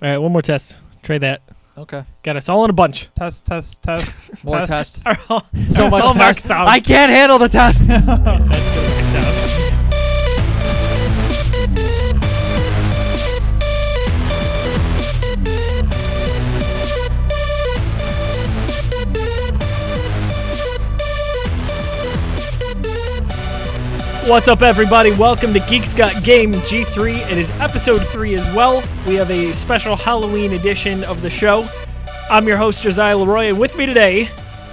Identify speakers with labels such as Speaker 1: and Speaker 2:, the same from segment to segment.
Speaker 1: All right, one more test. Trade that.
Speaker 2: Okay.
Speaker 1: Got us all in a bunch.
Speaker 3: Test, test, test.
Speaker 2: More
Speaker 3: test. Oh,
Speaker 2: test.
Speaker 1: Our all-
Speaker 2: So
Speaker 1: our
Speaker 2: much
Speaker 1: hallmark
Speaker 2: test.
Speaker 1: found.
Speaker 2: I can't handle the test.
Speaker 1: That's gonna get out. What's up, everybody? Welcome to Geeks Got Game G3. It is episode 3 as well. We have a special Halloween edition of the show. I'm your host, Josiah Leroy, and with me today,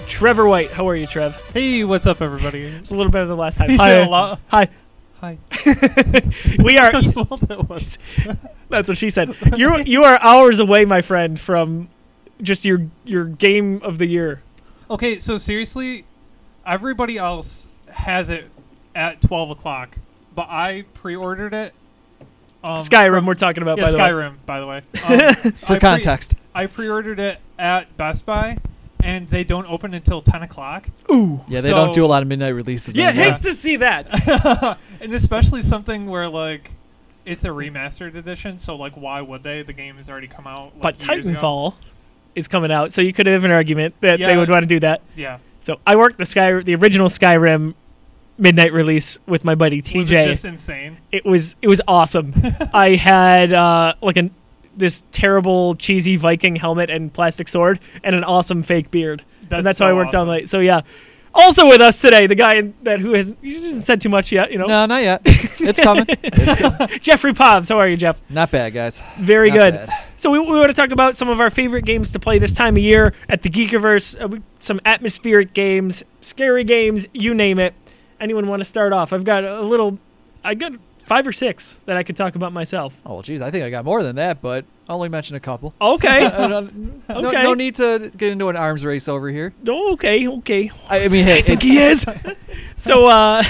Speaker 1: Trevor White. How are you, Trev?
Speaker 3: Hey, what's up, everybody?
Speaker 1: It's a little better than last time.
Speaker 3: Yeah,
Speaker 1: Hi.
Speaker 3: a lot-
Speaker 1: Hi.
Speaker 3: Hi.
Speaker 1: we are.
Speaker 3: That's what that was.
Speaker 1: That's what she said. You you are hours away, my friend, from just your your game of the year.
Speaker 3: Okay, so seriously, everybody else has it at 12 o'clock, but I pre ordered it. Um,
Speaker 1: Skyrim.
Speaker 3: from-
Speaker 1: we're talking about
Speaker 3: yeah,
Speaker 1: by the way.
Speaker 3: Skyrim, by the way. Um,
Speaker 2: For
Speaker 3: I pre-
Speaker 2: context.
Speaker 3: I pre ordered it at Best Buy, and they don't open until 10 o'clock.
Speaker 1: Ooh.
Speaker 2: Yeah, they
Speaker 3: So-
Speaker 2: don't do a lot of midnight releases.
Speaker 1: Yeah,
Speaker 2: anymore.
Speaker 1: hate to see that.
Speaker 3: and especially something where like it's a remastered edition, so like why would they? The game has already come out. Like,
Speaker 1: But
Speaker 3: years ago.
Speaker 1: Titanfall is coming out, so you could have an argument that they
Speaker 3: Yeah.
Speaker 1: would want to do that.
Speaker 3: Yeah.
Speaker 1: So I worked the Sky the original Skyrim midnight release with my buddy TJ.
Speaker 3: Was it just insane.
Speaker 1: it was it was awesome. I had uh, like an this terrible cheesy Viking helmet and plastic sword and an awesome fake beard,
Speaker 3: That's
Speaker 1: and that's how I
Speaker 3: so
Speaker 1: worked
Speaker 3: awesome.
Speaker 1: on late. So yeah. Also with us today, the guy in- that who has he hasn't said too much yet, you know,
Speaker 2: No, not yet. It's coming. It's co-
Speaker 1: Jeffrey Pobbs. How are you, Jeff?
Speaker 2: not bad, guys.
Speaker 1: Very
Speaker 2: Not
Speaker 1: good.
Speaker 2: bad.
Speaker 1: So we, we want to talk about some of our favorite games to play this time of year at the Geekiverse. Uh, we, some atmospheric games, scary games, you name it. Anyone want to start off? I've got a little, I got five or six that I could talk about myself.
Speaker 2: Oh, geez, I think I got more than that, but I'll only mention a couple.
Speaker 1: Okay.
Speaker 2: Uh, no, no,
Speaker 1: Okay.
Speaker 2: no need to get into an arms race over here.
Speaker 1: Oh, okay, okay.
Speaker 2: I, I mean, hey,
Speaker 1: think
Speaker 2: it,
Speaker 1: he is. so, uh,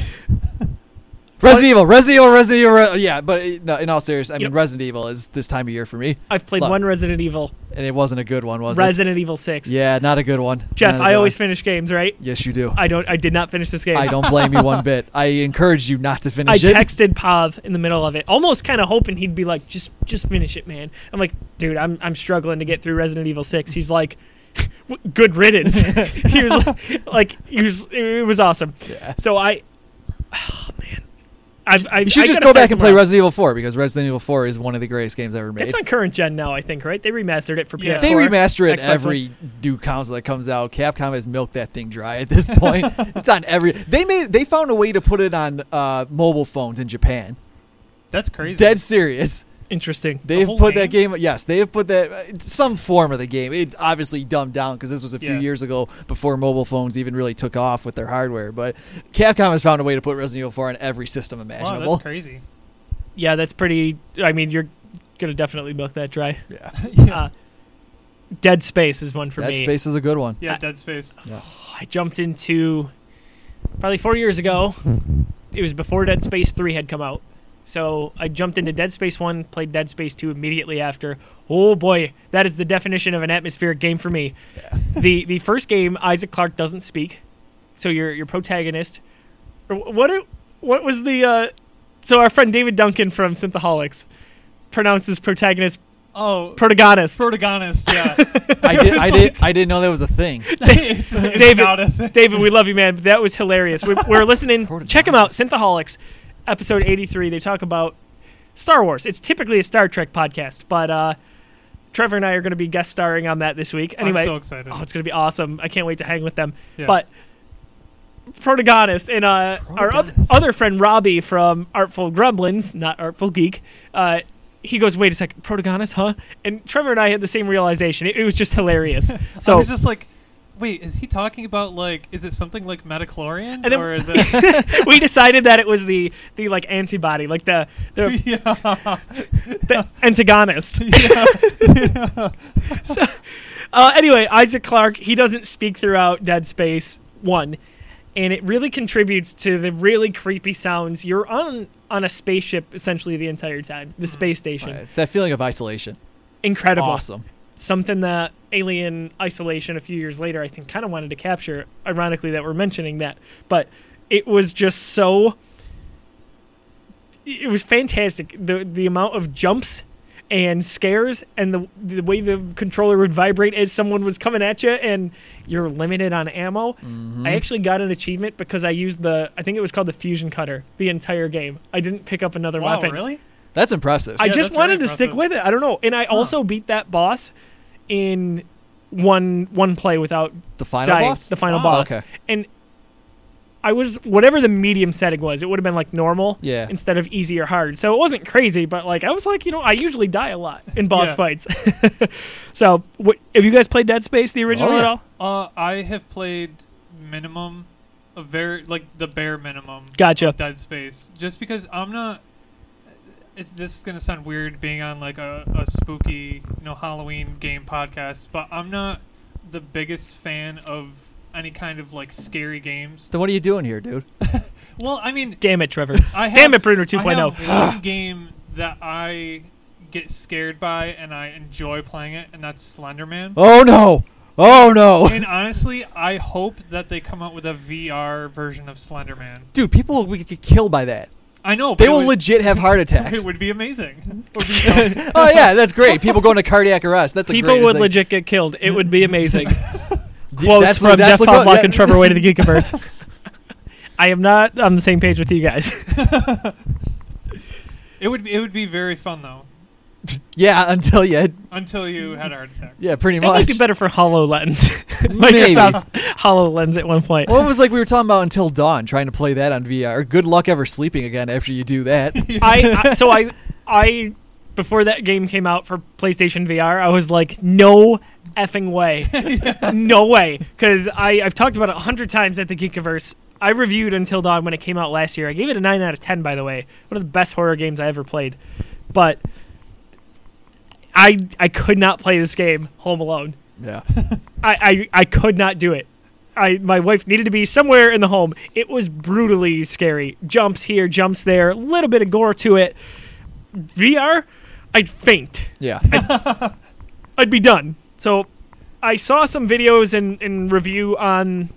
Speaker 2: Resident Evil, Resident Evil, Resident Evil. Re- yeah, but it, no, in all seriousness, I mean,
Speaker 1: Yep.
Speaker 2: Resident Evil is this time of year for me,
Speaker 1: I've played
Speaker 2: Love.
Speaker 1: one Resident Evil,
Speaker 2: and it wasn't a good one, was
Speaker 1: Resident Evil
Speaker 2: it?
Speaker 1: Six.
Speaker 2: Yeah, not a good one.
Speaker 1: Jeff,
Speaker 2: Not a
Speaker 1: I
Speaker 2: good
Speaker 1: always
Speaker 2: one.
Speaker 1: finish games, right?
Speaker 2: yes, you do.
Speaker 1: I don't. I did not finish this game.
Speaker 2: I don't blame you one bit. I encourage you not to
Speaker 1: I
Speaker 2: finish it.
Speaker 1: texted Pav in the middle of it, almost kind of hoping he'd be like, "Just, just finish it, man." I'm like, "Dude, I'm, I'm struggling to get through Resident Evil 6. He's like, "W- "Good riddance." he was like, like, he was, it was awesome.
Speaker 2: Yeah.
Speaker 1: So I, oh man, I've, I
Speaker 2: You should
Speaker 1: I
Speaker 2: just
Speaker 1: gotta
Speaker 2: go back and
Speaker 1: somewhere
Speaker 2: play
Speaker 1: else.
Speaker 2: Resident Evil 4 because Resident Evil 4 is one of the greatest games ever made.
Speaker 1: It's on current gen now, I think, right? They remastered it for
Speaker 3: Yeah.
Speaker 1: PS4.
Speaker 2: They remaster it
Speaker 1: Xbox
Speaker 2: every new console that comes out. Capcom has milked that thing dry at this point. it's on every. They made. They found a way to put it on uh, mobile phones in Japan.
Speaker 3: That's crazy.
Speaker 2: Dead serious.
Speaker 1: Interesting.
Speaker 2: They've
Speaker 3: whole
Speaker 2: put that game. Yes, they have put that it's some form of the game. It's obviously dumbed down because this was a few
Speaker 3: Yeah.
Speaker 2: years ago before mobile phones even really took off with their hardware. But Capcom has found a way to put Resident Evil 4 on every system
Speaker 3: Wow,
Speaker 2: imaginable.
Speaker 3: that's crazy.
Speaker 1: Yeah, that's pretty. I mean, you're gonna definitely milk that dry.
Speaker 2: yeah,
Speaker 3: yeah.
Speaker 1: Uh, Dead Space is one for
Speaker 2: Dead
Speaker 1: me.
Speaker 2: Space is a good one.
Speaker 3: yeah,
Speaker 1: I-
Speaker 3: Dead Space.
Speaker 1: I jumped into probably four years ago. It was before Dead Space 3 had come out. So I jumped into Dead Space 1, played Dead Space 2 immediately after. Oh boy, that is the definition of an atmospheric game for me. the the first game, Isaac Clarke doesn't speak. So your your protagonist wh- what it- what was the uh, so our friend David Duncan from Synthaholics pronounces protagonist
Speaker 3: Oh,
Speaker 1: protagonist.
Speaker 3: protagonist. Yeah,
Speaker 2: I did. I did. I didn't know that was a thing.
Speaker 3: it's, it's
Speaker 1: David-
Speaker 3: Not a thing.
Speaker 1: David, we love you, man. That was hilarious. We, we're listening.
Speaker 2: Protagonist.
Speaker 1: Check them out, Synthaholics, episode 83. They talk about Star Wars. It's typically a Star Trek podcast, but uh, Trevor and I are going to be guest starring on that this week. Anyway,
Speaker 3: I'm so excited.
Speaker 1: oh, it's going to be awesome. I can't wait to hang with them.
Speaker 3: Yeah.
Speaker 1: But protagonist and uh, our oth-
Speaker 2: Protagonist.
Speaker 1: other friend Robbie from Artful Gremlins, not Artful Geek. Uh, he goes, wait a second, protagonist, huh? And Trevor and I had the same realization. It, it was just hilarious. So
Speaker 3: I was just like, wait, is he talking about like, is it something like metachlorian
Speaker 1: And then-
Speaker 3: or is it?
Speaker 1: we decided that it was the the like antibody, like the the,
Speaker 3: yeah.
Speaker 1: the antagonist. So, uh, anyway, Isaac Clarke he doesn't speak throughout Dead Space One, and it really contributes to the really creepy sounds. You're on on a spaceship essentially the entire time, the space station.
Speaker 2: It's that feeling of isolation.
Speaker 1: Incredible,
Speaker 2: Awesome.
Speaker 1: something that Alien Isolation a few years later I think kind of wanted to capture. Ironically, that we're mentioning that, but it was just so. It was fantastic. the The amount of jumps and scares and the the way the controller would vibrate as someone was coming at you and you're limited on ammo. I actually got an achievement because I used the I think it was called the fusion cutter the entire game. I didn't pick up another
Speaker 3: Wow,
Speaker 1: weapon.
Speaker 3: really?
Speaker 2: That's impressive.
Speaker 1: I
Speaker 3: Yeah,
Speaker 1: just
Speaker 3: that's
Speaker 1: wanted
Speaker 3: very
Speaker 1: to stick
Speaker 3: impressive.
Speaker 1: with it. I don't know. And I also beat that boss in one one play without
Speaker 2: the final
Speaker 1: dying.
Speaker 2: boss.
Speaker 1: The
Speaker 2: Oh,
Speaker 1: final
Speaker 3: Wow.
Speaker 1: boss.
Speaker 2: Okay.
Speaker 1: And I was whatever the medium setting was. It would have been like normal
Speaker 2: Yeah.
Speaker 1: instead of easy or hard. So it wasn't crazy, but like I was like, you know, I usually die a lot in boss
Speaker 3: Yeah.
Speaker 1: fights. so what, have you guys played Dead Space the original
Speaker 2: Oh, yeah.
Speaker 1: at all?
Speaker 3: Uh, I have played minimum, a very like the bare minimum.
Speaker 1: Gotcha.
Speaker 3: of Dead Space, just because I'm not. It's, this is gonna sound weird being on like a, a spooky, you know, Halloween game podcast, but I'm not the biggest fan of any kind of like scary games.
Speaker 2: Then what are you doing here, dude?
Speaker 3: Well, I mean,
Speaker 1: Damn it, Trevor.
Speaker 3: I have,
Speaker 1: Damn it, Bruner
Speaker 3: I
Speaker 2: oh.
Speaker 1: 2.0.
Speaker 3: have one game that I get scared by and I enjoy playing it, and that's Slenderman.
Speaker 2: Oh no! Oh no!
Speaker 3: And honestly, I hope that they come out with a VR version of Slenderman.
Speaker 2: Dude, people will get killed by that.
Speaker 3: I know but
Speaker 2: They
Speaker 3: it
Speaker 2: will
Speaker 3: would-
Speaker 2: legit have heart
Speaker 3: It
Speaker 2: attacks.
Speaker 3: would be amazing. It would be fun.
Speaker 2: oh yeah, that's great. People going to cardiac arrest. That's the
Speaker 1: People
Speaker 2: greatest
Speaker 1: would
Speaker 2: thing.
Speaker 1: legit get killed. It would be amazing.
Speaker 2: Th-
Speaker 1: Quotes
Speaker 2: that's-
Speaker 1: from
Speaker 2: that's
Speaker 1: Jeff
Speaker 2: like what-
Speaker 1: Pavlock
Speaker 2: that-
Speaker 1: and Trevor Way to the Geekiverse. I am not on the same page with you guys.
Speaker 3: it would be, it would be very fun though.
Speaker 2: Yeah, until you.
Speaker 3: Until you had a heart attack.
Speaker 2: Yeah, pretty
Speaker 1: That might
Speaker 2: much.
Speaker 1: be better for HoloLens. Microsoft's HoloLens at one point.
Speaker 2: Well, it was like we were talking about until dawn, trying to play that on VR. Good luck ever sleeping again after you do that.
Speaker 1: I, I so I I before that game came out for PlayStation VR, I was like, no effing way, no way, because I I've talked about it a hundred times at the Geekiverse. I reviewed Until Dawn when it came out last year. I gave it a nine out of ten, by the way. One of the best horror games I ever played, but I I could not play this game home alone.
Speaker 2: yeah.
Speaker 1: I, I I could not do it. I my wife needed to be somewhere in the home. It was brutally scary. Jumps here, jumps there, a little bit of gore to it. VR, I'd faint.
Speaker 2: Yeah.
Speaker 1: I'd be done. So I saw some videos and, and review on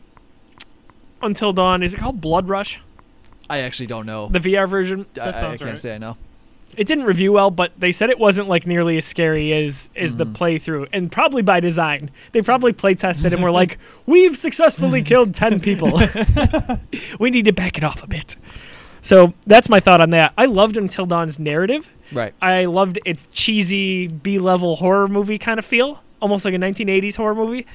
Speaker 1: Until Dawn. Is it called Blood Rush?
Speaker 2: I actually don't know.
Speaker 1: The VR version?
Speaker 2: I, I
Speaker 3: that sounds
Speaker 2: can't
Speaker 3: right.
Speaker 2: say I know.
Speaker 1: It didn't review well, but they said it wasn't like nearly as scary as as the playthrough, and probably by design. They probably play tested and were like, "We've successfully killed ten people. we need to back it off a bit." So that's my thought on that. I loved Until Dawn's narrative.
Speaker 2: Right.
Speaker 1: I loved its cheesy B-level horror movie kind of feel, almost like a 1980s horror movie.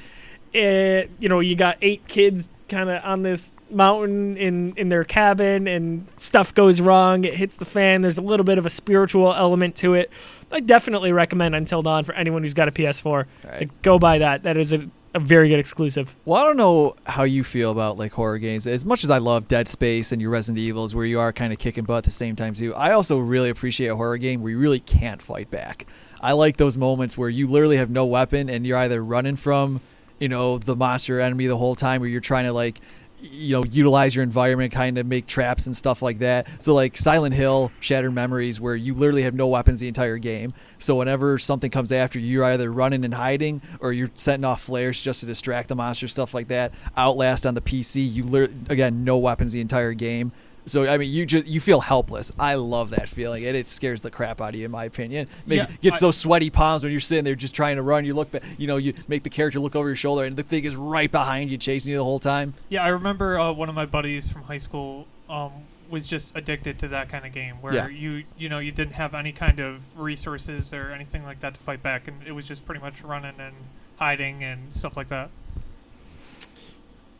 Speaker 1: It, you know, you got eight kids kind of on this mountain in in their cabin, and stuff goes wrong. It hits the fan. There's a little bit of a spiritual element to it. I definitely recommend Until Dawn for anyone who's got a PS4.
Speaker 2: Right.
Speaker 1: Like, go buy that. That is a, a very good exclusive.
Speaker 2: Well, I don't know how you feel about like horror games. As much as I love Dead Space and your Resident Evils, where you are kind of kicking butt at the same time too, I also really appreciate a horror game where you really can't fight back. I like those moments where you literally have no weapon and you're either running from, you know, the monster enemy the whole time, or you're trying to like, you know, utilize your environment, kind of make traps and stuff like that. So like Silent Hill, Shattered Memories, where you literally have no weapons the entire game. So whenever something comes after you, you're either running and hiding or you're setting off flares just to distract the monster, stuff like that. Outlast on the PC, you lir- again no weapons the entire game. So I mean, you just you feel helpless. I love that feeling, and it scares the crap out of you, in my opinion. Make,
Speaker 3: Yeah,
Speaker 2: gets
Speaker 3: I-
Speaker 2: those sweaty palms when you're sitting there just trying to run. You look, ba- you know, you make the character look over your shoulder, and the thing is right behind you, chasing you the whole time.
Speaker 3: Yeah, I remember uh, one of my buddies from high school um, was just addicted to that kind of game where
Speaker 2: Yeah.
Speaker 3: you you know you didn't have any kind of resources or anything like that to fight back, and it was just pretty much running and hiding and stuff like that.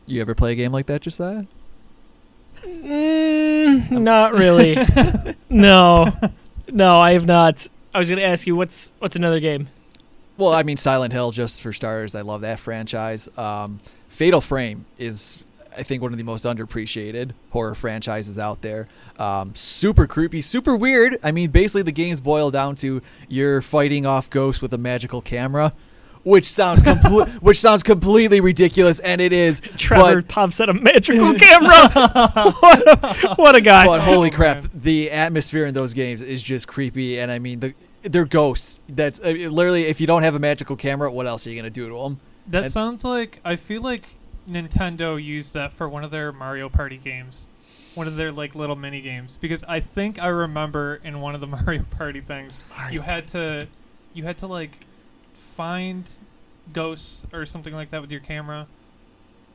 Speaker 2: You ever play a game like that, Josiah?
Speaker 1: Mm, not really. no, no, I have not. I was going to ask you what's what's another game.
Speaker 2: Well, I mean, Silent Hill, just for starters, I love that franchise. Um, Fatal Frame is, I think, one of the most underappreciated horror franchises out there. Um, super creepy, super weird. I mean, basically, the games boil down to you're fighting off ghosts with a magical camera. Which sounds complete, which sounds completely ridiculous, and it is.
Speaker 1: Trevor
Speaker 2: but-
Speaker 1: pops at a magical camera. what, a, what a guy!
Speaker 2: but holy crap,
Speaker 3: man.
Speaker 2: the atmosphere in those games is just creepy. And I mean, the, they're ghosts. That's I mean, literally, if you don't have a magical camera, what else are you gonna do to them?
Speaker 3: That
Speaker 2: And-
Speaker 3: sounds like I feel like Nintendo used that for one of their Mario Party games, one of their like little mini games. Because I think I remember in one of the Mario Party things, you had to you had to like find ghosts or something like that with your camera.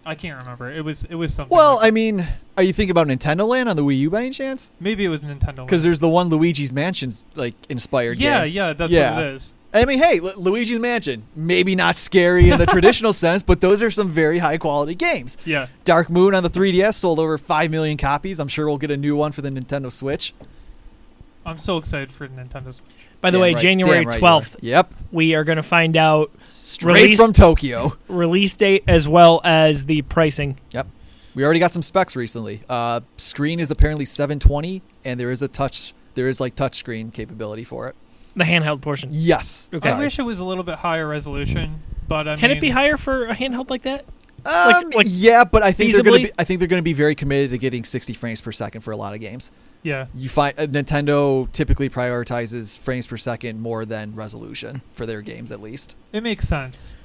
Speaker 3: I can't remember. It was it was something.
Speaker 2: Well,
Speaker 3: like-
Speaker 2: I mean, are you thinking about Nintendo Land on the Wii U by any chance?
Speaker 3: maybe it was Nintendo.
Speaker 2: Because there's the one Luigi's Mansion's like inspired.
Speaker 3: yeah,
Speaker 2: game.
Speaker 3: yeah, that's
Speaker 2: Yeah.
Speaker 3: what it is.
Speaker 2: I mean, hey, Lu- Luigi's Mansion, maybe not scary in the traditional sense, but those are some very high quality games.
Speaker 3: Yeah,
Speaker 2: Dark Moon on the 3DS sold over 5 million copies. I'm sure we'll get a new one for the Nintendo Switch.
Speaker 3: I'm so excited for Nintendo Switch.
Speaker 1: By the
Speaker 2: Damn
Speaker 1: way,
Speaker 2: right-
Speaker 1: January
Speaker 2: damn right you are.
Speaker 1: 12th,
Speaker 2: Yep.
Speaker 1: we are going to find out
Speaker 2: Straight
Speaker 1: Release-
Speaker 2: from Tokyo.
Speaker 1: release date as well as the pricing.
Speaker 2: We already got some specs recently. Uh, screen is apparently 720, and there is a touch. There is like touch screen capability for it.
Speaker 1: The handheld portion.
Speaker 2: Yes.
Speaker 1: Okay.
Speaker 3: I
Speaker 2: Sorry.
Speaker 3: wish it was a little bit higher resolution, but I
Speaker 1: Can
Speaker 3: mean,
Speaker 1: it be higher for a handheld like that?
Speaker 2: Um,
Speaker 1: Like- like,
Speaker 2: yeah, but I think they're going
Speaker 1: feasibly?
Speaker 2: to be. I think they're going to be very committed to getting 60 frames per second for a lot of games.
Speaker 3: Yeah,
Speaker 2: You find uh, Nintendo typically prioritizes frames per second more than resolution for their games, at least.
Speaker 3: it makes sense.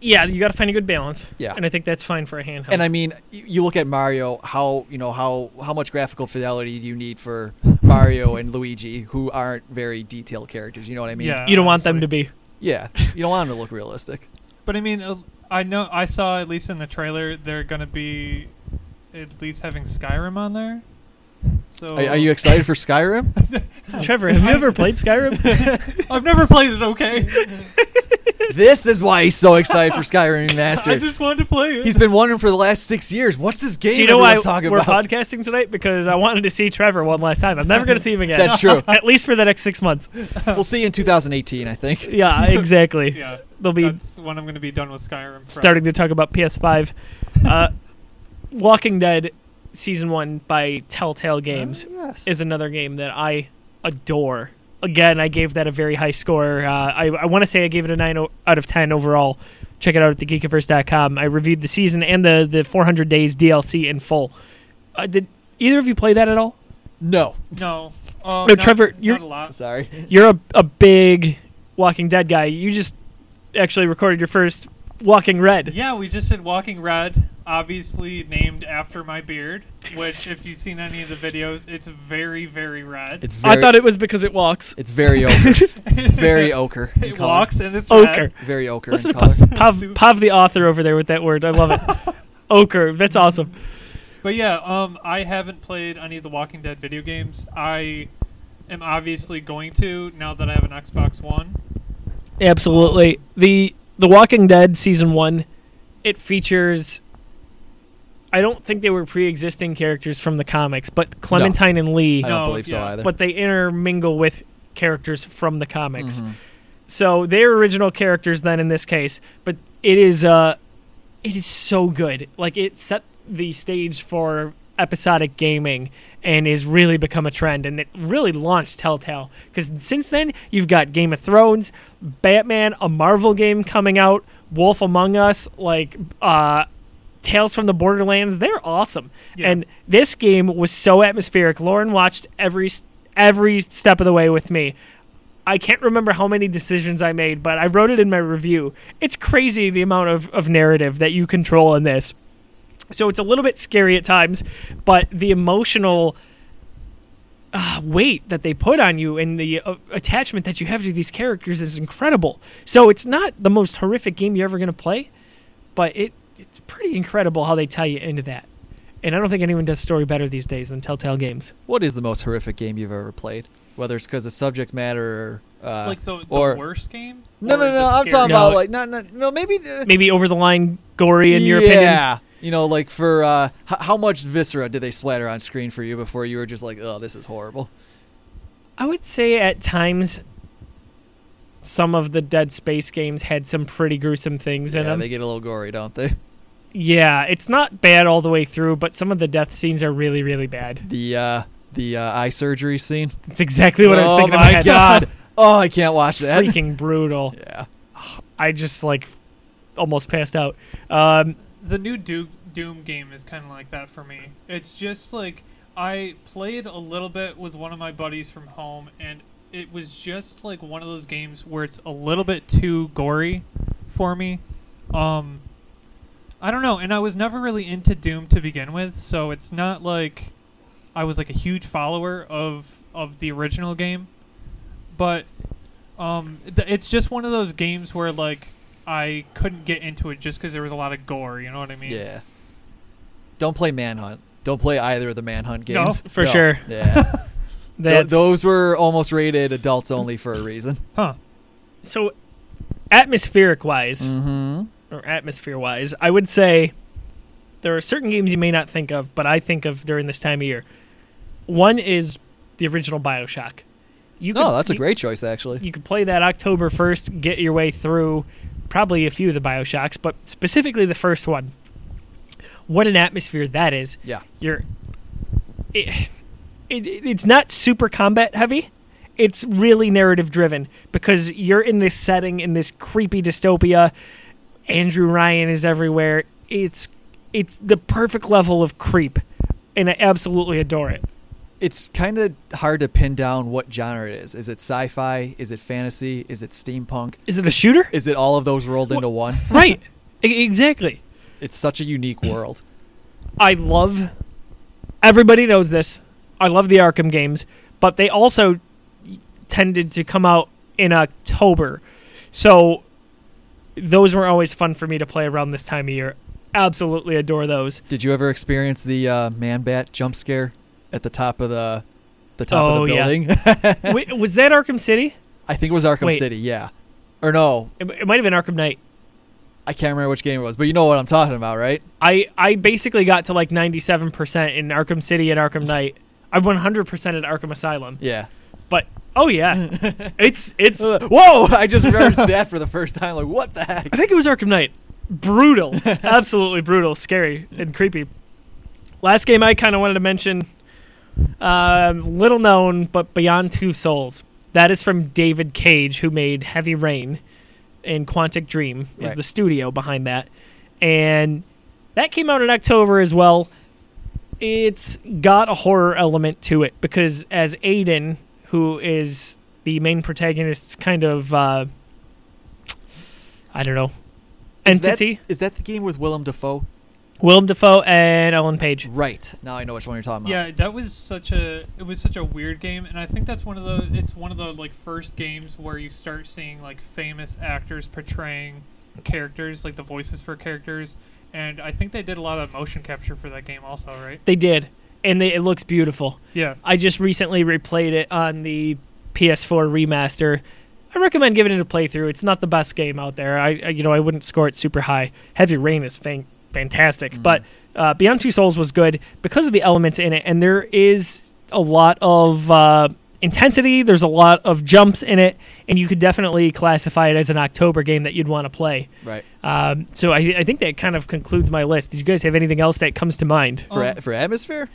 Speaker 1: Yeah, you got to find a good balance.
Speaker 2: Yeah.
Speaker 1: And I think that's fine for a handheld.
Speaker 2: And I mean, y- you look at Mario. How you know how how much graphical fidelity do you need for Mario and Luigi, who aren't very detailed characters? You know what I mean?
Speaker 3: Yeah.
Speaker 1: you don't want them
Speaker 3: honestly.
Speaker 1: to be.
Speaker 2: Yeah. You don't want them to look realistic.
Speaker 3: But I mean, uh, I know I saw at least in the trailer they're gonna be at least having Skyrim on there. So
Speaker 2: Are,
Speaker 1: Oh.
Speaker 2: are you excited for Skyrim?
Speaker 1: Trevor, have you ever played Skyrim?
Speaker 3: I've never played it. Okay,
Speaker 2: this is why he's so excited for Skyrim
Speaker 3: I
Speaker 2: Remastered.
Speaker 3: just wanted to play it.
Speaker 2: he's been wondering for the last six years. What's this game?
Speaker 1: Do you know why
Speaker 2: everyone's talking
Speaker 1: we're
Speaker 2: about?
Speaker 1: podcasting tonight? Because I wanted to see Trevor one last time. I'm never going to see him again.
Speaker 2: That's true.
Speaker 1: At least for the next six months.
Speaker 2: we'll see you in 2018, I think.
Speaker 1: Yeah, exactly.
Speaker 3: yeah,
Speaker 1: They'll be
Speaker 3: that's when I'm gonna be done with Skyrim. from.
Speaker 1: starting to talk about PS5. Uh, Walking Dead Season 1 by Telltale Games
Speaker 2: Uh, yes.
Speaker 1: is another game that I adore. Again, I gave that a very high score. Uh, I, I want to say I gave it a 9 o- out of 10 overall. Check it out at thegeekiverse.com. I reviewed the season and the, the 400 days DLC in full. Uh, did either of you play that at all?
Speaker 2: no.
Speaker 3: No. Uh,
Speaker 1: No,
Speaker 3: not-
Speaker 1: Trevor,
Speaker 3: not
Speaker 1: you're-
Speaker 3: a lot.
Speaker 2: Sorry.
Speaker 1: You're a, a big Walking Dead guy. You just actually recorded your first Walking Red.
Speaker 3: Yeah, we just did Walking Red, obviously named after my beard, which, if you've seen any of the videos, it's very, very red.
Speaker 2: It's very.
Speaker 1: I thought it was because it walks.
Speaker 2: it's very ochre. it's very ochre. in
Speaker 3: it
Speaker 2: color.
Speaker 3: walks and it's
Speaker 1: Ochre.
Speaker 3: red.
Speaker 2: Very ochre
Speaker 1: Listen
Speaker 2: in
Speaker 1: to
Speaker 2: color.
Speaker 1: Pav, Pav, Pav the author over there with that word. I love it. Ochre. That's awesome.
Speaker 3: But yeah, um, I haven't played any of the Walking Dead video games. I am obviously going to now that I have an Xbox One.
Speaker 1: Absolutely. The The Walking Dead season 1 it features I don't think they were pre-existing characters from the comics, but Clementine and Lee,
Speaker 2: I don't
Speaker 3: No,
Speaker 2: believe so
Speaker 3: yeah.
Speaker 2: either.
Speaker 1: but they intermingle with characters from the comics.
Speaker 2: Mhm.
Speaker 1: So they're original characters then in this case, but it is uh it is so good. Like it set the stage for episodic gaming and has really become a trend and it really launched Telltale cuz since then you've got Game of Thrones, Batman, a Marvel game coming out, Wolf Among Us, like uh Tales from the Borderlands, they're awesome.
Speaker 3: Yeah.
Speaker 1: And this game was so atmospheric. Lauren watched every every step of the way with me. I can't remember how many decisions I made, but I wrote it in my review. It's crazy the amount of, of narrative that you control in this. So it's a little bit scary at times, but the emotional uh, weight that they put on you and the uh, attachment that you have to these characters is incredible. So it's not the most horrific game you're ever going to play, but it it's pretty incredible how they tie you into that. And I don't think anyone does story better these days than Telltale Games.
Speaker 2: What is the most horrific game you've ever played? Whether it's because of subject matter or. Uh,
Speaker 3: like the, the
Speaker 2: or,
Speaker 3: worst game.
Speaker 2: No,
Speaker 3: Or
Speaker 2: no, no.
Speaker 3: the
Speaker 2: I'm
Speaker 3: scary-
Speaker 2: talking about
Speaker 1: No.
Speaker 2: like not, not no maybe. Uh,
Speaker 1: Maybe over the line gory in your opinion.
Speaker 2: Yeah. You know, like for uh, h- how much viscera did they splatter on screen for you before you were just like, oh, this is horrible.
Speaker 1: I would say at times some of the Dead Space games had some pretty gruesome things in
Speaker 2: yeah,
Speaker 1: them.
Speaker 2: they get a little gory, don't they?
Speaker 1: yeah, it's not bad all the way through, but some of the death scenes are really, really bad.
Speaker 2: The uh, the uh, eye surgery scene.
Speaker 1: It's exactly what I was
Speaker 2: oh
Speaker 1: thinking. in
Speaker 2: my
Speaker 1: head.
Speaker 2: god. oh, I can't watch that.
Speaker 1: freaking brutal.
Speaker 2: Yeah.
Speaker 1: I just like almost passed out. Um,
Speaker 3: the new Doom, Doom game is kind of like that for me. It's just like I played a little bit with one of my buddies from home, and it was just like one of those games where it's a little bit too gory for me. Um, I don't know, and I was never really into Doom to begin with, so it's not like I was like a huge follower of of the original game, but Um, th- it's just one of those games where like I couldn't get into it just because there was a lot of gore. You know what I mean?
Speaker 2: Yeah. Don't play Manhunt. Don't play either of the Manhunt
Speaker 3: No,
Speaker 2: games.
Speaker 1: for sure.
Speaker 2: Yeah. Th-
Speaker 1: That's,
Speaker 2: those were almost rated adults only for a reason.
Speaker 3: Huh.
Speaker 1: so atmospheric wise
Speaker 2: Mm-hmm.
Speaker 1: or atmosphere wise, I would say there are certain games you may not think of, but I think of during this time of year. One is the original BioShock. You
Speaker 2: No, Oh, that's a
Speaker 1: you-
Speaker 2: great choice actually.
Speaker 1: you could play that October 1st, get your way through probably a few of the Bioshocks, but specifically the first one. What an atmosphere that is.
Speaker 2: Yeah.
Speaker 1: You're. It, it, it's not super combat heavy. It's really narrative driven because you're in this setting in this creepy dystopia. Andrew Ryan is everywhere. It's it's the perfect level of creep, and I absolutely adore it.
Speaker 2: It's kind of hard to pin down what genre it is. Is it sci-fi? Is it fantasy? Is it steampunk?
Speaker 1: Is it a shooter?
Speaker 2: Is it all of those rolled into one?
Speaker 1: right, E- exactly.
Speaker 2: It's such a unique world.
Speaker 1: I love. Everybody knows this. I love the Arkham games, but they also tended to come out in October, so those were always fun for me to play around this time of year. Absolutely adore those.
Speaker 2: Did you ever experience the uh, man bat jump scare at the top of the the top of
Speaker 1: Oh,
Speaker 2: the
Speaker 1: yeah.
Speaker 2: building?
Speaker 1: Wait, was that Arkham City?
Speaker 2: I think it was Arkham
Speaker 1: Wait.
Speaker 2: City. Yeah, or no,
Speaker 1: It, it might have been Arkham Knight.
Speaker 2: I can't remember which game it was, but you know what I'm talking about, right?
Speaker 1: I I basically got to like ninety seven percent in Arkham City and Arkham Knight. I one hundred percent at Arkham Asylum,
Speaker 2: Yeah. Uh,
Speaker 1: but oh yeah, it's it's.
Speaker 2: Whoa! I just reversed that for the first time. Like, what the heck?
Speaker 1: I think it was Arkham Knight. Brutal. Absolutely brutal. Scary and creepy. Last game I kind of wanted to mention, um, little known, but Beyond Two Souls. That is from David Cage, who made Heavy Rain and Quantic Dream, is
Speaker 2: Right.
Speaker 1: the studio behind that. And that came out in October as well. It's got a horror element to it because, as Aiden, who is the main protagonist's kind of, uh, I don't know,
Speaker 2: Is that-
Speaker 1: entity,
Speaker 2: Is that the game with Willem Dafoe?
Speaker 1: Willem Dafoe and Ellen Page.
Speaker 2: Right. Now I know which one you're talking about.
Speaker 3: Yeah, that was such a it was such a weird game, and I think that's one of the it's one of the like first games where you start seeing like famous actors portraying characters, like the voices for characters, and I think they did a lot of motion capture for that game also, right?
Speaker 1: They did, and they, it looks beautiful.
Speaker 3: Yeah,
Speaker 1: I just recently replayed it on the PS4 remaster. I recommend giving it a playthrough. It's not the best game out there. I, I you know I wouldn't score it super high. Heavy Rain is fan- fantastic, but uh, Beyond Two Souls was good because of the elements in it, and there is a lot of uh, intensity. There's a lot of jumps in it, and you could definitely classify it as an October game that you'd want to play.
Speaker 2: Right.
Speaker 1: Um, so I, I think that kind of concludes my list. Did you guys have anything else that comes to mind?
Speaker 2: For
Speaker 3: Um,
Speaker 2: a- for atmosphere.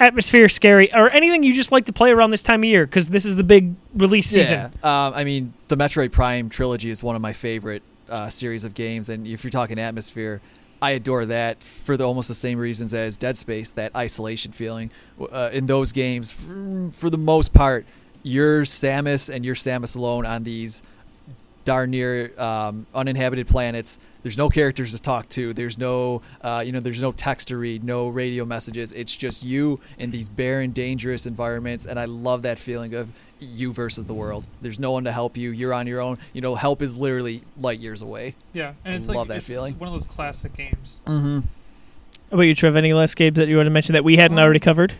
Speaker 1: atmosphere scary or anything you just like to play around this time of year because this is the big release season
Speaker 2: Yeah. Um, I mean, the Metroid Prime trilogy is one of my favorite uh, series of games, and if you're talking atmosphere, I adore that for the almost the same reasons as Dead Space. That isolation feeling W- uh, in those games, for, for the most part, you're Samus and you're Samus alone on these darn near um, uninhabited planets. There's no characters to talk to. There's no, uh, you know, there's no text to read, no radio messages. It's just you in these barren, dangerous environments. And I love that feeling of you versus the world. There's no one to help you. You're on your own. You know, help is literally light years away.
Speaker 3: yeah, and
Speaker 2: I
Speaker 3: it's
Speaker 2: love
Speaker 3: like
Speaker 2: that
Speaker 3: it's
Speaker 2: feeling.
Speaker 3: one of those classic games.
Speaker 2: Mm-hmm.
Speaker 1: How about you Trev any last games that you want to mention that we hadn't
Speaker 3: Um,
Speaker 1: already covered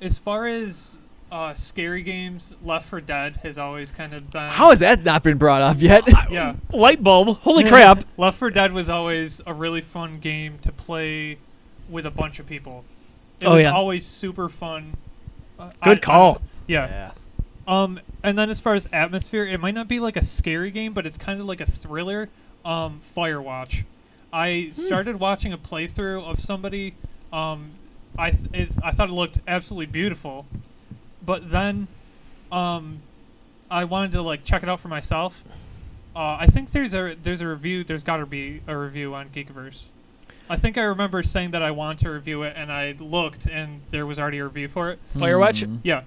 Speaker 3: As far as uh, scary games, Left for Dead has always kind of been
Speaker 2: How has that not been brought up yet?
Speaker 3: yeah.
Speaker 1: light bulb holy crap
Speaker 3: Left for Dead was always a really fun game to play with a bunch of people. It
Speaker 1: Oh,
Speaker 3: was
Speaker 1: yeah.
Speaker 3: always super fun. Uh,
Speaker 1: Good call.
Speaker 3: yeah. Um, and then as far as atmosphere, it might not be like a scary game, but it's kind of like a thriller. Um, Firewatch. I started watching a playthrough of somebody. Um, I th- it, I thought it looked absolutely beautiful, but then, um, I wanted to like check it out for myself. Uh, I think there's a there's a review. There's got to be a review on Geekiverse. I think I remember saying that I want to review it, and I looked, and there was already a review for it.
Speaker 1: Firewatch?
Speaker 2: Mm.
Speaker 3: Yeah.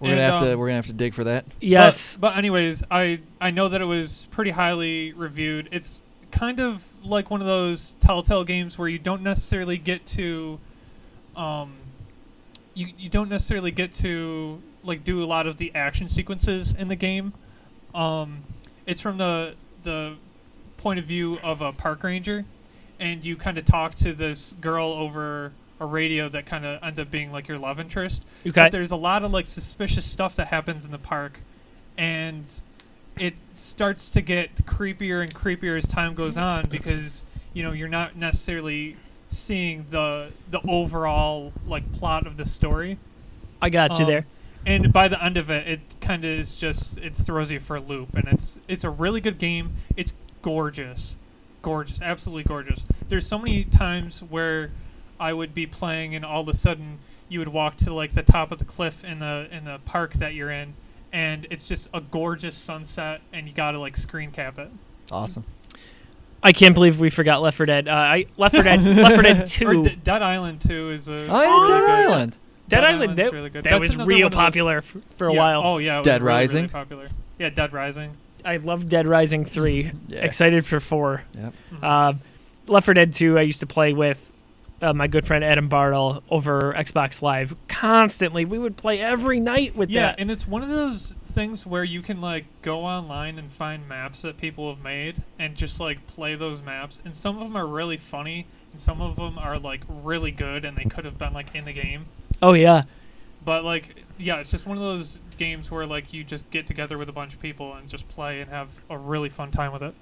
Speaker 2: We're gonna
Speaker 3: And,
Speaker 2: have to.
Speaker 3: um,
Speaker 2: We're gonna have to dig for that.
Speaker 1: yes
Speaker 3: but, but anyways, I I know that it was pretty highly reviewed. It's kind of like one of those Telltale games where you don't necessarily get to, um, you you don't necessarily get to like do a lot of the action sequences in the game, Um, it's from the the point of view of a park ranger, and you kind of talk to this girl over a radio that kind of ends up being like your love interest.
Speaker 1: Okay.
Speaker 3: But there's a lot of like suspicious stuff that happens in the park, and it starts to get creepier and creepier as time goes on because you know you're not necessarily seeing the the overall like plot of the story.
Speaker 1: I got you
Speaker 3: Um,
Speaker 1: there.
Speaker 3: And by the end of it, it kind of is just it throws you for a loop, and it's it's a really good game. It's gorgeous, gorgeous, absolutely gorgeous. There's so many times where I would be playing, and all of a sudden you would walk to like the top of the cliff in the in the park that you're in, and it's just a gorgeous sunset, and you gotta like screen cap it.
Speaker 2: Awesome.
Speaker 1: I can't believe we forgot Left 4 Dead. Uh, I, Left 4 Dead, Left 4 Dead 2,
Speaker 3: Or D- Dead Island Two is
Speaker 2: I
Speaker 3: a
Speaker 1: Oh,
Speaker 2: Dead
Speaker 1: good.
Speaker 2: Island.
Speaker 1: Dead
Speaker 3: Dead
Speaker 1: Island.
Speaker 3: Island's
Speaker 1: That,
Speaker 3: really good.
Speaker 1: that
Speaker 3: That's
Speaker 1: was
Speaker 3: another
Speaker 1: real
Speaker 3: one of those-
Speaker 1: popular f- for a
Speaker 3: Yeah,
Speaker 1: while.
Speaker 3: Oh yeah, it was
Speaker 2: Dead
Speaker 3: really, really
Speaker 2: Rising?
Speaker 3: popular. Yeah, Dead Rising.
Speaker 1: I love Dead Rising 3.
Speaker 2: Yeah.
Speaker 1: Excited for 4.
Speaker 2: Yep.
Speaker 1: Uh, Left 4 Dead 2, I used to play with uh, my good friend Adam Bartle over Xbox Live constantly. We would play every night with
Speaker 3: Yeah,
Speaker 1: that.
Speaker 3: and it's one of those things where you can like go online and find maps that people have made and just like play those maps. And some of them are really funny, and some of them are like really good, and they could have been like in the game.
Speaker 1: oh, yeah.
Speaker 3: But like, yeah, it's just one of those games where like you just get together with a bunch of people and just play and have a really fun time with it.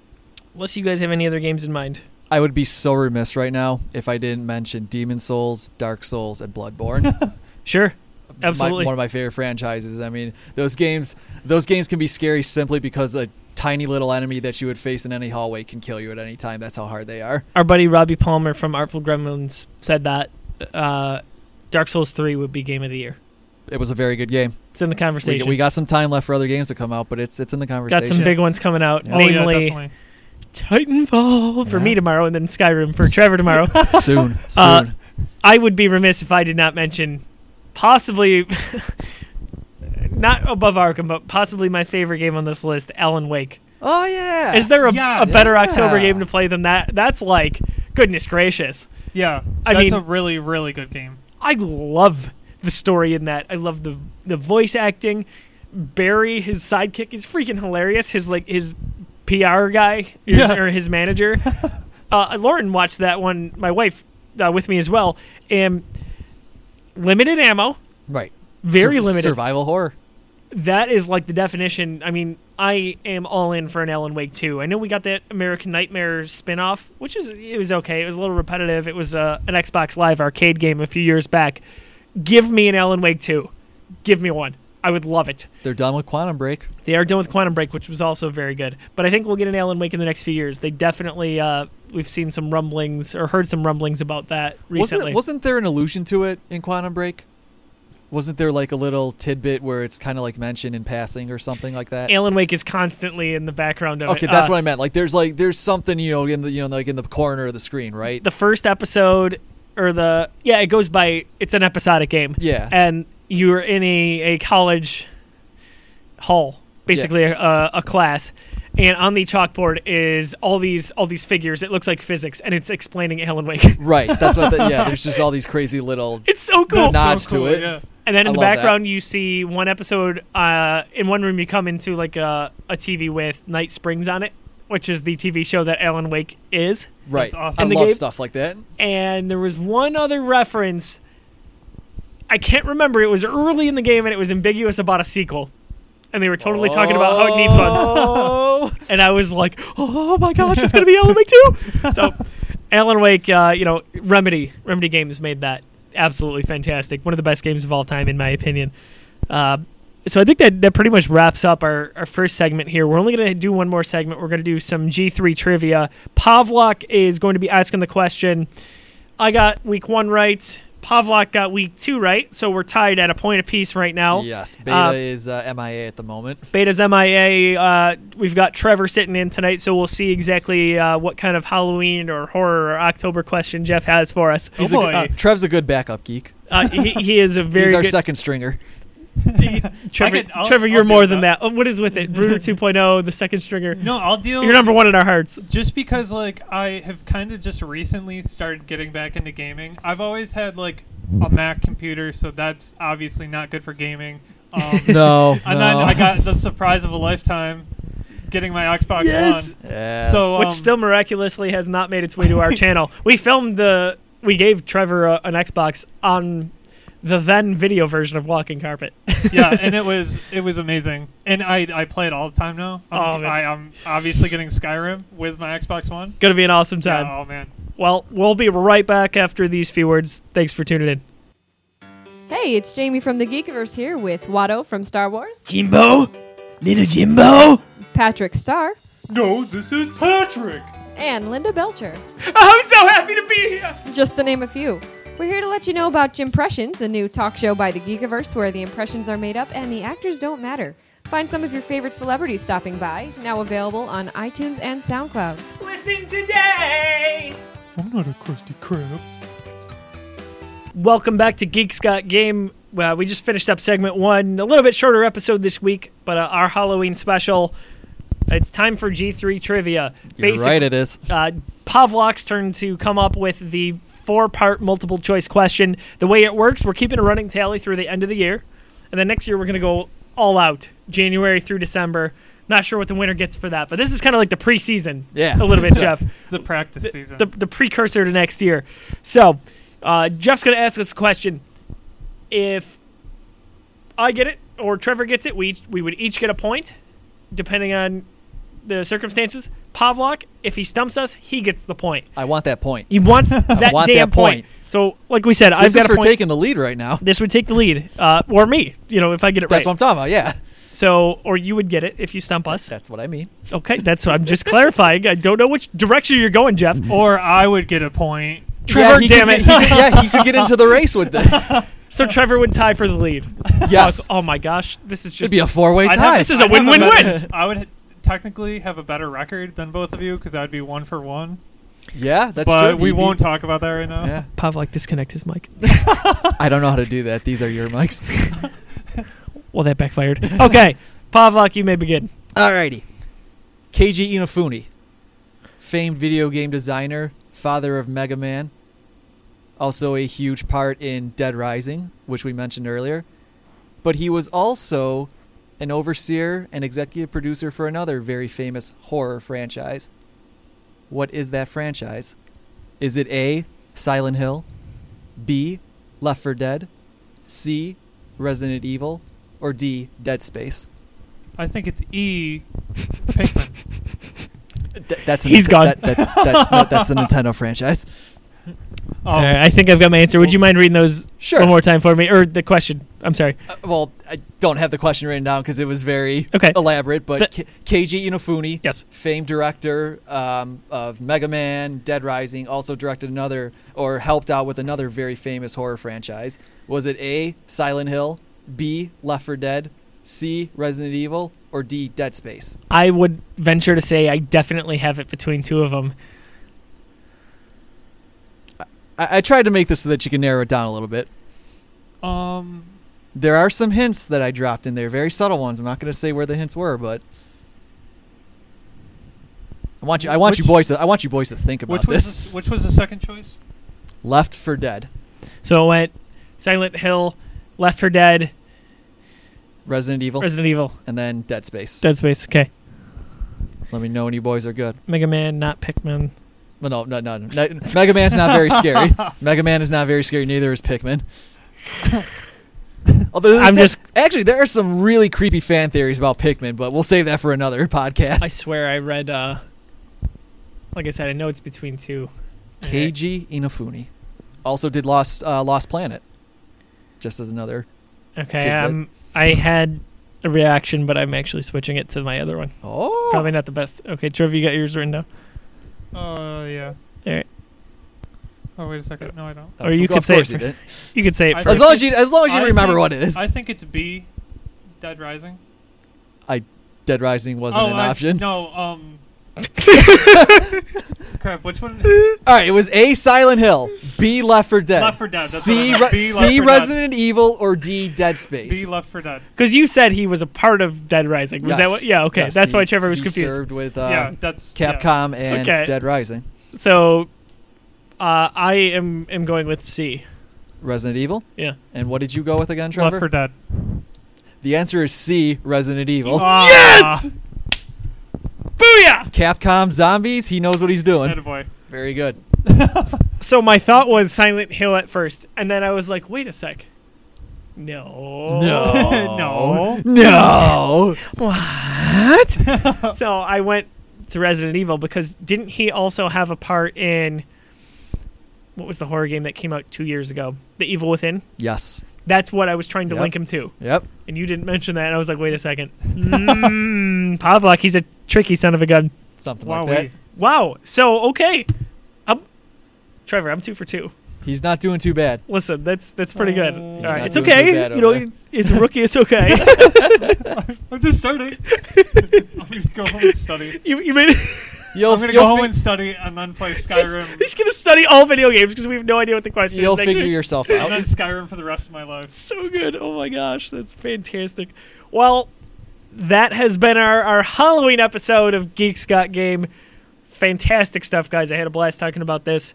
Speaker 1: Unless you guys have any other games in mind.
Speaker 2: I would be so remiss right now if I didn't mention Demon Souls, Dark Souls, and Bloodborne.
Speaker 1: Sure.
Speaker 2: My-
Speaker 1: Absolutely.
Speaker 2: one of my favorite franchises. I mean, those games those games can be scary simply because a tiny little enemy that you would face in any hallway can kill you at any time. That's how hard they are.
Speaker 1: Our buddy Robbie Palmer from Artful Gremlins said that uh, Dark Souls 3 would be game of the year.
Speaker 2: It was a very good game.
Speaker 1: It's in the
Speaker 2: We,
Speaker 1: conversation.
Speaker 2: we got some time left for other games to come out, but it's it's in the
Speaker 1: got
Speaker 2: conversation.
Speaker 1: some big ones coming out,
Speaker 2: Yeah.
Speaker 3: Oh yeah,
Speaker 1: namely
Speaker 3: definitely.
Speaker 1: Titanfall for
Speaker 2: Yeah.
Speaker 1: me tomorrow, and then Skyrim for Trevor tomorrow.
Speaker 2: soon, soon.
Speaker 1: Uh, I would be remiss if I did not mention possibly not above Arkham, but possibly my favorite game on this list, Alan Wake.
Speaker 2: oh yeah.
Speaker 1: Is there a,
Speaker 3: Yeah.
Speaker 1: a better October
Speaker 2: Yeah.
Speaker 1: game to play than that? That's like goodness gracious.
Speaker 3: Yeah,
Speaker 1: I
Speaker 3: that's
Speaker 1: mean-
Speaker 3: a really really good game.
Speaker 1: I love the story in that. I love the the voice acting. Barry, his sidekick, is freaking hilarious. His like his PR guy his-
Speaker 3: Yeah.
Speaker 1: or his manager. uh, Lauren watched that one. My wife uh, with me as well. And limited ammo,
Speaker 2: right?
Speaker 1: very
Speaker 2: Sur-
Speaker 1: limited.
Speaker 2: survival horror.
Speaker 1: That is like the definition. I mean, I am all in for an Alan Wake 2. I know we got that American Nightmare spin-off, which is it was okay. It was a little repetitive. It was uh, an Xbox Live arcade game a few years back. Give me an Alan Wake 2. Give me one. I would love it.
Speaker 2: They're done with Quantum Break.
Speaker 1: They are done with Quantum Break, which was also very good. But I think we'll get an Alan Wake in the next few years. They definitely uh, we've seen some rumblings or heard some rumblings about that recently.
Speaker 2: Wasn't, wasn't there an allusion to it in Quantum Break? Wasn't there like a little tidbit where it's kind of like mentioned in passing or something like that?
Speaker 1: Alan Wake is constantly in the background of
Speaker 2: okay,
Speaker 1: it.
Speaker 2: that's
Speaker 1: Uh,
Speaker 2: what I meant. Like there's like there's something you know in the you know like in the corner of the screen, right?
Speaker 1: the first episode or the yeah it goes by it's an episodic game
Speaker 2: yeah.
Speaker 1: and you're in a, a college hall basically a, a class and on the chalkboard is all these all these figures it looks like physics and it's explaining alan wake
Speaker 2: right. That's what. The, yeah. There's just all these crazy little.
Speaker 1: it's so cool
Speaker 2: That's
Speaker 3: That's
Speaker 2: nods
Speaker 3: so
Speaker 2: to
Speaker 3: cool,
Speaker 2: it.
Speaker 3: Yeah.
Speaker 1: and then in
Speaker 2: I
Speaker 1: the
Speaker 2: love that.
Speaker 1: background you see one episode uh, in one room you come into like a, a tv with night springs on it which is the tv show that alan wake is
Speaker 2: Right.
Speaker 3: That's awesome.
Speaker 2: I
Speaker 1: And the
Speaker 2: love
Speaker 1: game-
Speaker 2: stuff like that.
Speaker 1: and there was one other reference. I can't remember. It was early in the game, and it was ambiguous about a sequel. And they were totally talking about how it needs one.
Speaker 2: Oh.
Speaker 1: And I was like, "Oh my gosh, it's gonna be Alan Wake 2. So, Alan Wake, uh, you know, Remedy, Remedy Games made that absolutely fantastic. One of the best games of all time, in my opinion. Uh, so I think that that pretty much wraps up our, our first segment here. We're only going to do one more segment. We're going to do some G3 trivia. Pavlok is going to be asking the question. I got week one right. Pavlok got week two right. So we're tied at a point apiece right now.
Speaker 2: Yes. Beta
Speaker 1: Uh, Oh,
Speaker 2: is uh, MIA at the moment.
Speaker 1: Beta's MIA. Uh, we've got Trevor sitting in tonight, so we'll see exactly uh, what kind of Halloween or horror or October question Jeff has for us.
Speaker 3: Oh,
Speaker 2: a, good-
Speaker 3: boy.
Speaker 2: uh, Trev's a good backup geek.
Speaker 1: Uh, he, he is a very
Speaker 2: He's our
Speaker 1: good.
Speaker 2: second stringer.
Speaker 1: Trevor,
Speaker 3: I could- I'll-
Speaker 1: Trevor
Speaker 3: I'll
Speaker 1: you're
Speaker 3: deal
Speaker 1: more
Speaker 3: with
Speaker 1: than
Speaker 3: that.
Speaker 1: that. Oh, What is with it? Bruder 2.0, oh, the second stringer.
Speaker 3: No, I'll deal.
Speaker 1: You're number one in our hearts.
Speaker 3: just because like I have kind of just recently started getting back into gaming. I've always had like a
Speaker 1: Mm-hmm.
Speaker 3: Mac computer, so that's obviously not good for gaming. Um,
Speaker 2: No.
Speaker 3: and then I got the surprise of a lifetime getting my Xbox
Speaker 2: Yes!
Speaker 3: One.
Speaker 2: Yeah.
Speaker 3: So
Speaker 1: which
Speaker 3: um,
Speaker 1: still miraculously has not made its way to our channel. We filmed the we gave Trevor a, an Xbox on the then video version of Walking Carpet.
Speaker 3: yeah, and it was it was amazing. And I I play it all the time now. I'm,
Speaker 1: Oh, man.
Speaker 3: I, I'm obviously getting Skyrim with my Xbox One.
Speaker 1: Gonna be an awesome time.
Speaker 3: Yeah, oh man.
Speaker 1: Well, we'll be right back after these few words. Thanks for tuning in.
Speaker 4: Hey, it's Jamie from the Geekiverse here with Watto from Star Wars,
Speaker 5: Jimbo? Little Jimbo?
Speaker 4: Patrick Starr,
Speaker 3: No, this is Patrick.
Speaker 4: and Linda Belcher,
Speaker 1: Oh, I'm so happy to be here.
Speaker 4: just to name a few. We're here to let you know about Impressions, a new talk show by the Geekiverse where the impressions are made up and the actors don't matter. Find some of your favorite celebrities stopping by, now available on iTunes and SoundCloud.
Speaker 1: Listen today.
Speaker 3: I'm not a crusty crab.
Speaker 1: Welcome back to Geeks Got Game. Well, we just finished up segment one, a little bit shorter episode this week, but uh, our Halloween special. It's time for G3 trivia.
Speaker 2: You're right, it is.
Speaker 1: uh, Pavlov's turn to come up with the four part multiple choice question. The way it works, we're keeping a running tally through the end of the year. And then next year, we're going to go all out, January through December. Not sure what the winner gets for that, but this is kind of like the preseason.
Speaker 2: Yeah.
Speaker 1: A little bit, Jeff.
Speaker 3: The practice season.
Speaker 1: The, the precursor to next year. So, uh, Jeff's going to ask us a question. If I get it or Trevor gets it, we, each, we would each get a point, depending on the circumstances. Pavlok, if he stumps us, he gets the point.
Speaker 2: I want that point.
Speaker 1: He wants that
Speaker 2: want
Speaker 1: damn
Speaker 2: that
Speaker 1: point.
Speaker 2: point.
Speaker 1: So, like we said, I've
Speaker 2: This
Speaker 1: got
Speaker 2: is
Speaker 1: a
Speaker 2: for
Speaker 1: point.
Speaker 2: taking the lead right now.
Speaker 1: this would take the lead, uh, or me, you know, if I get it
Speaker 2: That's what I'm
Speaker 1: right.
Speaker 2: talking about. Yeah.
Speaker 1: So, or you would get it if you stump us.
Speaker 2: That's what I mean.
Speaker 1: Okay, that's I'm just clarifying. I don't know which direction you're going, Jeff.
Speaker 3: or I would get a point.
Speaker 1: Trevor,
Speaker 2: yeah, he
Speaker 1: damn
Speaker 2: could
Speaker 1: it.
Speaker 2: get- he could- yeah, he could get into the race with this.
Speaker 1: So Trevor would tie for the lead.
Speaker 2: Oh. Yes.
Speaker 1: Oh my gosh, this is
Speaker 2: It'd
Speaker 1: just
Speaker 2: be a four way
Speaker 3: I'd have
Speaker 2: tie.
Speaker 1: This is a
Speaker 3: I'd have
Speaker 1: win-win-win.
Speaker 3: better- I would technically have a better record than both of you because I'd be one for one.
Speaker 2: yeah, that's
Speaker 3: but
Speaker 2: true.
Speaker 3: we
Speaker 2: You'd be-
Speaker 3: won't talk about that right now.
Speaker 2: Yeah.
Speaker 1: Pavlok disconnect his mic.
Speaker 2: I don't know how to do that. These are your mics.
Speaker 1: Well, that backfired. Okay, Pavlok, you may begin.
Speaker 2: Alrighty. KG Inafune, famed video game designer, father of Mega Man, also a huge part in Dead Rising, which we mentioned earlier. But he was also an overseer and executive producer for another very famous horror franchise. What is that franchise? Is it A, Silent Hill, B, Left 4 Dead, C, Resident Evil, or D, Dead Space?
Speaker 3: I think it's E. Pikmin.
Speaker 2: Th- that's a
Speaker 1: He's
Speaker 2: Nite-
Speaker 1: gone.
Speaker 2: That, that, that, that- that's a Nintendo franchise.
Speaker 3: Oh,
Speaker 1: All right, I think I've got my answer. Would you mind reading those
Speaker 2: Um, Sure.
Speaker 1: one more time for me, or the question? I'm sorry.
Speaker 2: Uh, well, I don't have the question written down because it was very
Speaker 1: Okay.
Speaker 2: elaborate. But
Speaker 1: Th-
Speaker 2: K- KG Inafune,
Speaker 1: Yes.
Speaker 2: famed director um, of Mega Man, Dead Rising, also directed another or helped out with another very famous horror franchise. Was it A. Silent Hill, B. Left 4 Dead, C. Resident Evil, or D. Dead Space?
Speaker 1: I would venture to say I definitely have it between two of them.
Speaker 2: I, I tried to make this so that you can narrow it down a little bit.
Speaker 3: Um,
Speaker 2: There are some hints that I dropped in there, very subtle ones. I'm not going to say where the hints were, but I want you. I want you
Speaker 3: Which-
Speaker 2: boys. To, I want you boys to think about
Speaker 3: which was
Speaker 2: this.
Speaker 3: the s- which was the second choice?
Speaker 2: Left for Dead,
Speaker 1: So it went Silent Hill, Left for Dead,
Speaker 2: Resident Evil,
Speaker 1: Resident Evil,
Speaker 2: and then Dead Space.
Speaker 1: Dead Space. Okay,
Speaker 2: Let me know when you boys are good.
Speaker 1: Mega Man, not Pikmin.
Speaker 2: Well, no, no, no. no. Ne- Mega Man's not very scary. Mega Man is not very scary. Neither is Pikmin. Although there's
Speaker 1: I'm
Speaker 2: de-
Speaker 1: just-
Speaker 2: actually there are some really creepy fan theories about Pikmin, but we'll save that for another podcast.
Speaker 1: I swear I read. uh Like I said, I know it's between two.
Speaker 2: KG Inafune also did Lost uh, Lost Planet, just as another.
Speaker 1: Okay,
Speaker 2: Tidbit.
Speaker 1: um, I had a reaction, but I'm actually switching it to my other one.
Speaker 2: Oh,
Speaker 1: Probably not the best. Okay, Trevor, you got yours written down.
Speaker 3: Oh yeah.
Speaker 1: Alright.
Speaker 3: Oh wait a second. No, I don't.
Speaker 1: or you
Speaker 2: of
Speaker 1: could say
Speaker 2: course
Speaker 1: it
Speaker 2: you
Speaker 1: for-
Speaker 2: did.
Speaker 1: You could say it
Speaker 3: I-
Speaker 1: first.
Speaker 2: As long as you, as long as you
Speaker 3: I
Speaker 2: remember
Speaker 3: think-
Speaker 2: what it is.
Speaker 3: I think it's B. Dead Rising.
Speaker 2: Dead Rising wasn't
Speaker 3: oh,
Speaker 2: an
Speaker 3: I-
Speaker 2: option.
Speaker 3: No. Um. crap. Which one?
Speaker 2: All right, it was A. Silent Hill, B. Left 4 Dead,
Speaker 3: Left 4 Dead, that's
Speaker 2: C.
Speaker 3: what I meant.
Speaker 2: Re-
Speaker 3: B. Left
Speaker 2: C.
Speaker 3: 4 Dead.
Speaker 2: Resident Evil, or D. Dead Space.
Speaker 3: B. Left for Dead.
Speaker 1: Because you said he was a part of Dead Rising. Was that
Speaker 2: Yes.
Speaker 1: what? Yeah, okay.
Speaker 2: Yes,
Speaker 1: That's
Speaker 2: he-
Speaker 1: why Trevor was
Speaker 2: he
Speaker 1: confused.
Speaker 2: Served with uh,
Speaker 3: yeah. That's yeah.
Speaker 2: Capcom and
Speaker 1: Okay.
Speaker 2: Dead Rising,
Speaker 1: So, uh, I am am going with C.
Speaker 2: Resident Evil.
Speaker 1: Yeah.
Speaker 2: And what did you go with again,
Speaker 3: Left
Speaker 2: Trevor?
Speaker 3: for Dead. Ah.
Speaker 2: Oh. the answer is C. Resident Evil.
Speaker 3: yes.
Speaker 1: Hallelujah!
Speaker 2: Capcom Zombies, he knows what he's doing.
Speaker 3: Attaboy.
Speaker 2: Very good.
Speaker 1: So my thought was Silent Hill at first, and then I was like, wait a sec. No.
Speaker 3: No.
Speaker 2: No.
Speaker 1: What? so I went to Resident Evil because didn't he also have a part in what was the horror game that came out two years ago? The Evil Within?
Speaker 2: Yes.
Speaker 1: That's what I was trying to
Speaker 2: Yep.
Speaker 1: link him to.
Speaker 2: Yep.
Speaker 1: And you didn't mention that, and I was like, wait a second. Mm, Pavlok, he's a tricky son of a gun.
Speaker 2: Something
Speaker 3: Wow.
Speaker 2: like that.
Speaker 1: Wow. So okay, I'm Trevor. I'm two for two.
Speaker 2: He's not doing too bad.
Speaker 1: Listen, that's that's pretty good.
Speaker 3: He's
Speaker 1: All
Speaker 3: not
Speaker 1: right, it's
Speaker 2: doing too
Speaker 1: okay.
Speaker 2: bad
Speaker 1: You know,
Speaker 2: over there.
Speaker 1: it's a rookie. It's okay.
Speaker 3: I'm just starting. I'm gonna go home and study.
Speaker 1: you you made.
Speaker 2: You'll,
Speaker 3: I'm gonna
Speaker 2: you'll
Speaker 3: go home
Speaker 2: fi-
Speaker 3: and study and then play Skyrim.
Speaker 1: He's gonna study all video games because we have no idea what the question
Speaker 2: you'll
Speaker 1: is. next
Speaker 2: figure
Speaker 1: year.
Speaker 2: yourself
Speaker 3: and then
Speaker 2: out.
Speaker 3: Skyrim for the rest of my life.
Speaker 1: so good. Oh my gosh, that's fantastic. Well, that has been our, our Halloween episode of Geeks Got Game. Fantastic stuff, guys. I had a blast talking about this.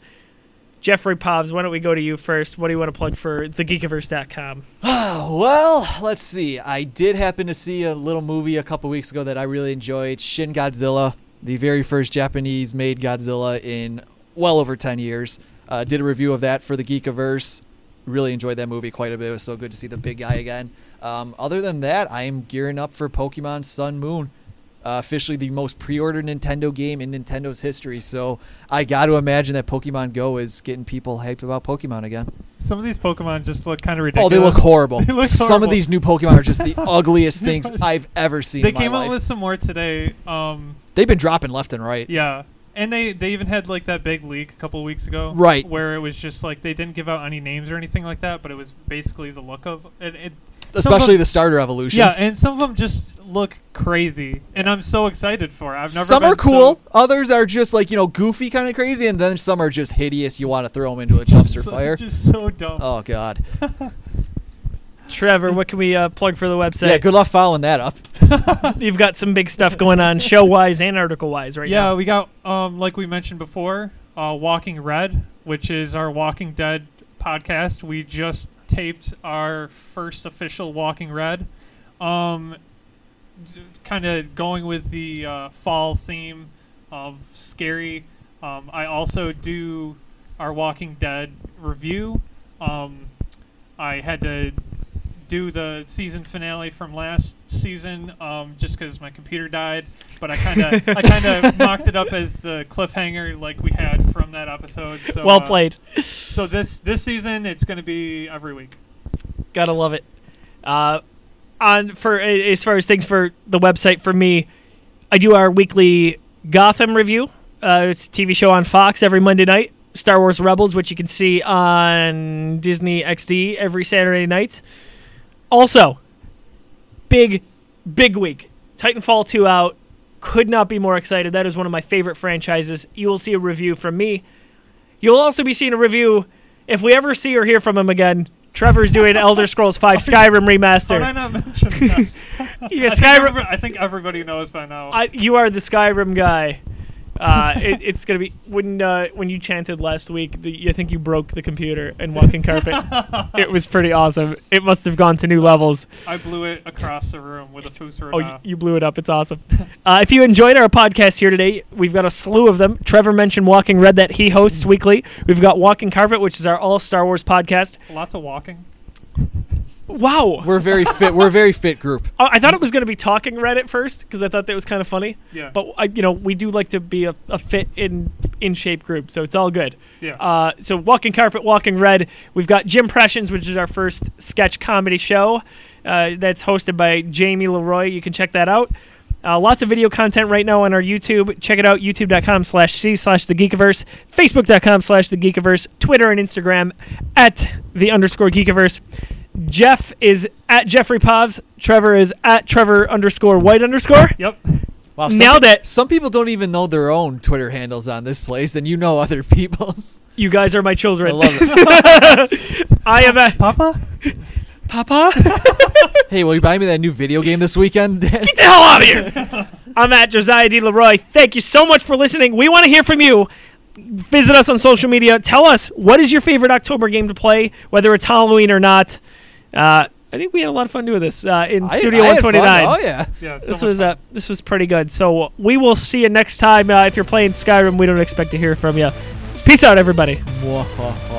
Speaker 1: Jeffrey Povs, why don't we go to you first? What do you want to plug for thegeekiverse.com?
Speaker 2: Ah, well, let's see. I did happen to see a little movie a couple weeks ago that I really enjoyed Shin Godzilla, the very first Japanese made Godzilla in well over 10 years. Uh, did a review of that for the Geekiverse. Really enjoyed that movie quite a bit. It was so good to see the big guy again. Um, other than that, I am gearing up for Pokemon Sun Moon. Uh, officially the most pre-ordered Nintendo game in Nintendo's history, so I got to imagine that Pokemon Go is getting people hyped about Pokemon again.
Speaker 3: Some of these Pokemon just look kind of
Speaker 2: Oh,
Speaker 3: ridiculous.
Speaker 2: they look horrible.
Speaker 3: They look
Speaker 2: Some
Speaker 3: horrible.
Speaker 2: of these new Pokemon are just the ugliest things I've ever seen.
Speaker 3: They
Speaker 2: in my
Speaker 3: came out
Speaker 2: life.
Speaker 3: with some more today. Um,
Speaker 2: They've been dropping left and right.
Speaker 3: yeah, and they they even had like that big leak a couple weeks ago,
Speaker 2: Right.
Speaker 3: Where it was just like they didn't give out any names or anything like that, but it was basically the look of it. it some of
Speaker 2: Especially
Speaker 3: them-
Speaker 2: the starter evolutions.
Speaker 3: yeah, and some of them just look crazy, and I'm so excited for it. I've never
Speaker 2: some
Speaker 3: been
Speaker 2: are cool.
Speaker 3: so-
Speaker 2: Others are just like you know goofy, kind of crazy, and then some are just hideous. You want to throw them into a dumpster
Speaker 3: so-
Speaker 2: fire.
Speaker 3: Just so dumb.
Speaker 2: Oh God!
Speaker 1: Trevor, what can we uh, plug for the website?
Speaker 2: Yeah, good luck following that up.
Speaker 1: You've got some big stuff going on show wise and article wise right
Speaker 3: yeah,
Speaker 1: now.
Speaker 3: we got um, like we mentioned before, uh, Walking Red, which is our Walking Dead podcast. We just taped our first official Walking Red, um, kind of going with the uh, fall theme of scary. Um, I also do our Walking Dead review. Um, I had to do the season finale from last season um, just because my computer died. But I kind of I kind of mocked it up as the cliffhanger like we had from that episode. So
Speaker 1: well
Speaker 3: uh,
Speaker 1: played.
Speaker 3: so this this season it's going to be every week.
Speaker 1: Gotta love it. Uh, on for as far as things for the website for me, I do our weekly Gotham review. Uh, it's a TV show on Fox every Monday night. Star Wars Rebels, which you can see on Disney XD every Saturday night. Also, big, big week. Titanfall 2 out. Could not be more excited. That is one of my favorite franchises. You will see a review from me. You'll also be seeing a review if we ever see or hear from him again. Trevor's doing Elder Scrolls 5 Skyrim
Speaker 3: How did I
Speaker 1: Remaster.
Speaker 3: not mention that?
Speaker 1: You
Speaker 3: I,
Speaker 1: got
Speaker 3: think
Speaker 1: Skyrim.
Speaker 3: every- I think everybody knows by now.
Speaker 1: I, you are the Skyrim guy. Uh, it, it's gonna be when uh, when you chanted last week. The, I think you broke the computer and walking carpet. it was pretty awesome. It must have gone to new levels.
Speaker 3: I blew it across the room with a Fusarada.
Speaker 1: Oh, you, you blew it up. It's awesome. Uh, if you enjoyed our podcast here today, we've got a slew of them. Trevor mentioned Walking Red that he hosts weekly. We've got Walking Carpet, which is our all Star Wars podcast.
Speaker 3: Lots of walking.
Speaker 1: Wow.
Speaker 2: We're a very fit. We're a very fit group.
Speaker 1: I I thought it was going to be talking Red at first because I thought that was kind of funny.
Speaker 3: Yeah.
Speaker 1: But I, you know, we do like to be a, a fit in in shape group, so it's all good.
Speaker 3: Yeah.
Speaker 1: Uh, so walking carpet, walking red. We've got Jim Pressions, which is our first sketch comedy show uh, that's hosted by Jamie Leroy. You can check that out. Uh, lots of video content right now on our YouTube. Check it out, youtube.com slash C slash The Geekiverse, facebook.com slash The Geekiverse, Twitter and Instagram at The underscore Geekiverse. Jeff is at Jeffrey Povs. Trevor is at Trevor underscore White underscore.
Speaker 3: Yep.
Speaker 2: Wow, some
Speaker 1: Now
Speaker 2: pe-
Speaker 1: that-
Speaker 2: some people don't even know their own Twitter handles on this place, and you know other people's.
Speaker 1: You guys are my
Speaker 2: I
Speaker 1: children.
Speaker 2: love it.
Speaker 1: I am at
Speaker 3: Papa?
Speaker 1: Papa.
Speaker 2: Hey, will you buy me that new video game this weekend?
Speaker 1: the hell out of here. I'm at Josiah D. Leroy. Thank you so much for listening. We want to hear from you. Visit us on social media. Tell us what is your favorite October game to play, whether it's Halloween or not. Uh, I think we had a lot of fun doing this uh, in
Speaker 2: I-
Speaker 1: Studio
Speaker 2: I had fun.
Speaker 1: 129.
Speaker 2: Oh yeah.
Speaker 3: Yeah, so
Speaker 1: This
Speaker 3: much
Speaker 1: was
Speaker 3: fun.
Speaker 1: uh, this was pretty good. So we will see you next time. Uh, if you're playing Skyrim, we don't expect to hear from you. Peace out, everybody.
Speaker 2: Mwahaha.